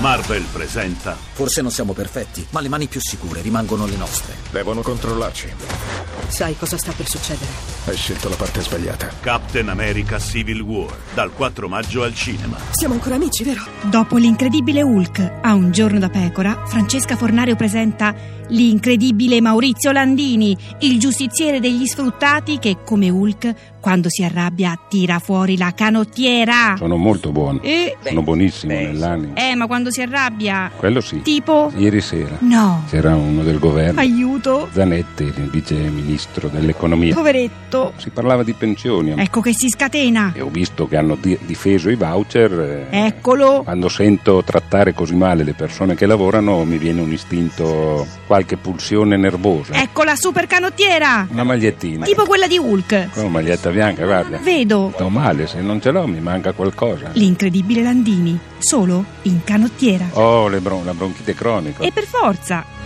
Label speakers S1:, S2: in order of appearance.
S1: Marvel presenta
S2: Forse non siamo perfetti, ma le mani più sicure rimangono le nostre.
S3: Devono controllarci.
S4: Sai cosa sta per succedere?
S3: Hai scelto la parte sbagliata.
S1: Captain America Civil War dal 4 maggio al cinema.
S4: Siamo ancora amici, vero?
S5: Dopo l'incredibile Hulk a Un giorno da pecora, Francesca Fornario presenta l'incredibile Maurizio Landini, il giustiziere degli sfruttati che, come Hulk, quando si arrabbia tira fuori la canottiera.
S6: Sono molto buono.
S5: E...
S6: Sono buonissimo nell'animo.
S5: Eh, ma quando si arrabbia...
S6: Quello sì.
S5: Tipo...
S6: Ieri sera
S5: No.
S6: c'era uno del governo.
S5: Aiuto.
S6: Zanetti, il vice ministro dell'economia.
S5: Poveretto.
S6: Si parlava di pensioni.
S5: Ecco che si scatena.
S6: E ho visto che hanno di- difeso i voucher. eh.
S5: Eccolo.
S6: Quando sento trattare così male le persone che lavorano mi viene un istinto, qualche pulsione nervosa.
S5: Ecco la super canottiera.
S6: Una magliettina.
S5: Tipo quella di Hulk.
S6: Con una maglietta bianca, guarda.
S5: Vedo.
S6: Sto male, se non ce l'ho mi manca qualcosa.
S5: L'incredibile Landini, solo in canottiera.
S6: Oh, le bron- la bronchite cronica.
S5: E per forza,